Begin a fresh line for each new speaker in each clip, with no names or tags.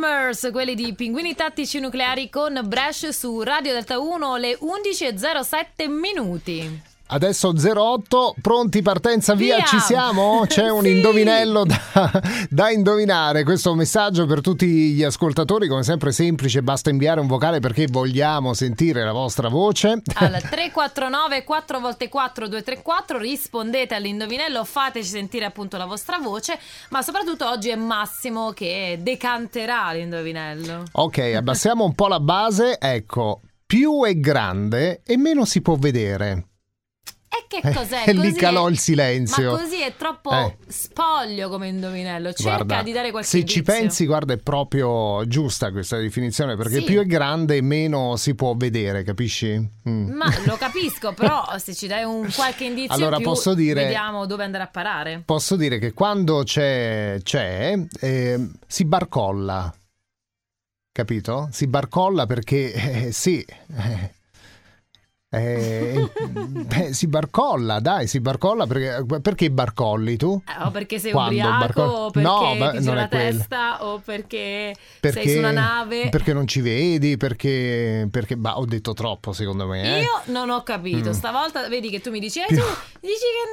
Nightmares, quelli di Pinguini Tattici Nucleari con Bresh su Radio Delta 1 alle 11.07 minuti.
Adesso 08, pronti partenza via,
Via!
ci siamo? C'è un
Sì!
indovinello da, da indovinare, questo è un messaggio per tutti gli ascoltatori, come sempre semplice, basta inviare un vocale perché vogliamo sentire la vostra voce.
Al 349 4 volte 4 234 rispondete all'indovinello, fateci sentire appunto la vostra voce, ma soprattutto oggi è Massimo che decanterà l'indovinello.
Ok, abbassiamo un po' la base, ecco, più è grande e meno si può vedere.
E che cos'è?
E Eh, lì
Così
calò
è-
il silenzio.
Ma così è troppo
Eh.
spoglio come indovinello. Cerca
Guarda,
di dare qualche
Se ci
indizio.
pensi, guarda, è proprio giusta questa definizione, perché
Sì.
più è grande e meno si può vedere, capisci? Mm.
Ma lo capisco, però se ci dai un qualche indizio
Allora,
in più,
posso dire-
vediamo dove andare a parare.
Posso dire che quando c'è, c'è eh, si barcolla, capito? Si barcolla perché eh, sì. eh, eh, beh, si barcolla, dai, si barcolla perché, perché barcolli tu?
Eh, o perché sei
Quando,
ubriaco,
Barco-
o perché
No, ma
ti gira
non è
la
quello.
testa, o perché,
Perché,
sei su una nave.
perché non ci vedi, perché, perché bah, ho detto troppo secondo me. eh.
Io non ho capito,
Mm.
stavolta vedi che tu mi dici, eh, tu
Più-
dici che hai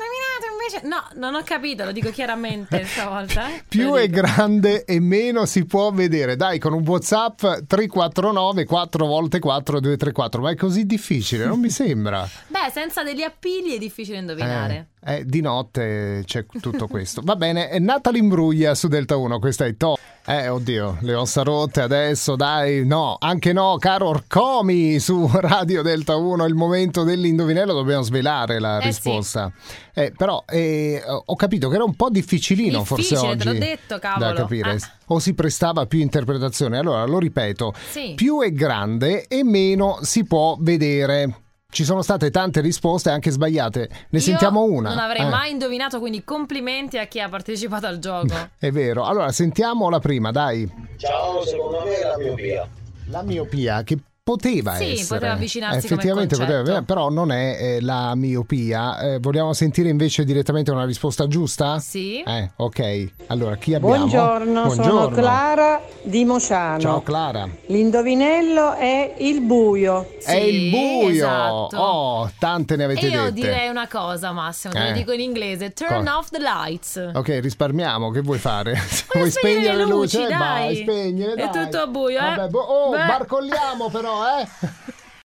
indovinato invece... No, non ho capito, lo dico chiaramente stavolta. eh, te
Più
lo
è
dico.
grande e meno si può vedere. Dai, con un WhatsApp 349 4 volte 4 234. Ma è così difficile, non mi sembra.
Beh, senza degli appigli è difficile indovinare.
Eh, eh, di notte c'è tutto questo. Va bene, è Natalie Imbruglia su Delta 1, questa è top. Eh, oddio, le ossa rotte adesso, dai, no, anche no, caro Orcomi su Radio Delta 1, è il momento dell'indovinello, dobbiamo svelare la
Eh,
risposta. Eh, però eh, ho capito che era un po' difficilino forse
Difficile,
oggi.
te l'ho detto, cavolo.
Da capire.
Ah.
O si prestava più interpretazione. Allora, lo ripeto,
Sì.
Eh. più è grande e meno si può vedere. Ci sono state tante risposte, anche sbagliate. Ne
Io
sentiamo una.
Non avrei
Eh,
mai indovinato, quindi complimenti a chi ha partecipato al gioco.
È vero. Allora, sentiamo la prima, dai.
Ciao, secondo me è la miopia.
La miopia che poteva
Sì,
essere.
poteva avvicinarsi come
Effettivamente
concetto.
poteva, avvicinarsi, però non è eh, la miopia. Eh, vogliamo sentire invece direttamente una risposta giusta?
Sì.
Eh, ok. Allora, chi abbiamo?
Buongiorno, sono
Buongiorno.
Clara di Mosciano.
Ciao Clara.
L'indovinello è il buio.
è il
Sì,
buio.
esatto.
Oh, tante ne avete
E io
dette.
direi una cosa, Massimo, te
Eh.
lo dico in inglese: turn
Cosa?
off the lights.
Ok, risparmiamo, che vuoi fare? Se
Voglio
vuoi
spegnere
spegnere le
le luci,
luci,
dai.
vai, spegnere,
È
dai.
tutto a buio, eh?
Vabbè, bu- oh,
Beh.
barcolliamo però, eh?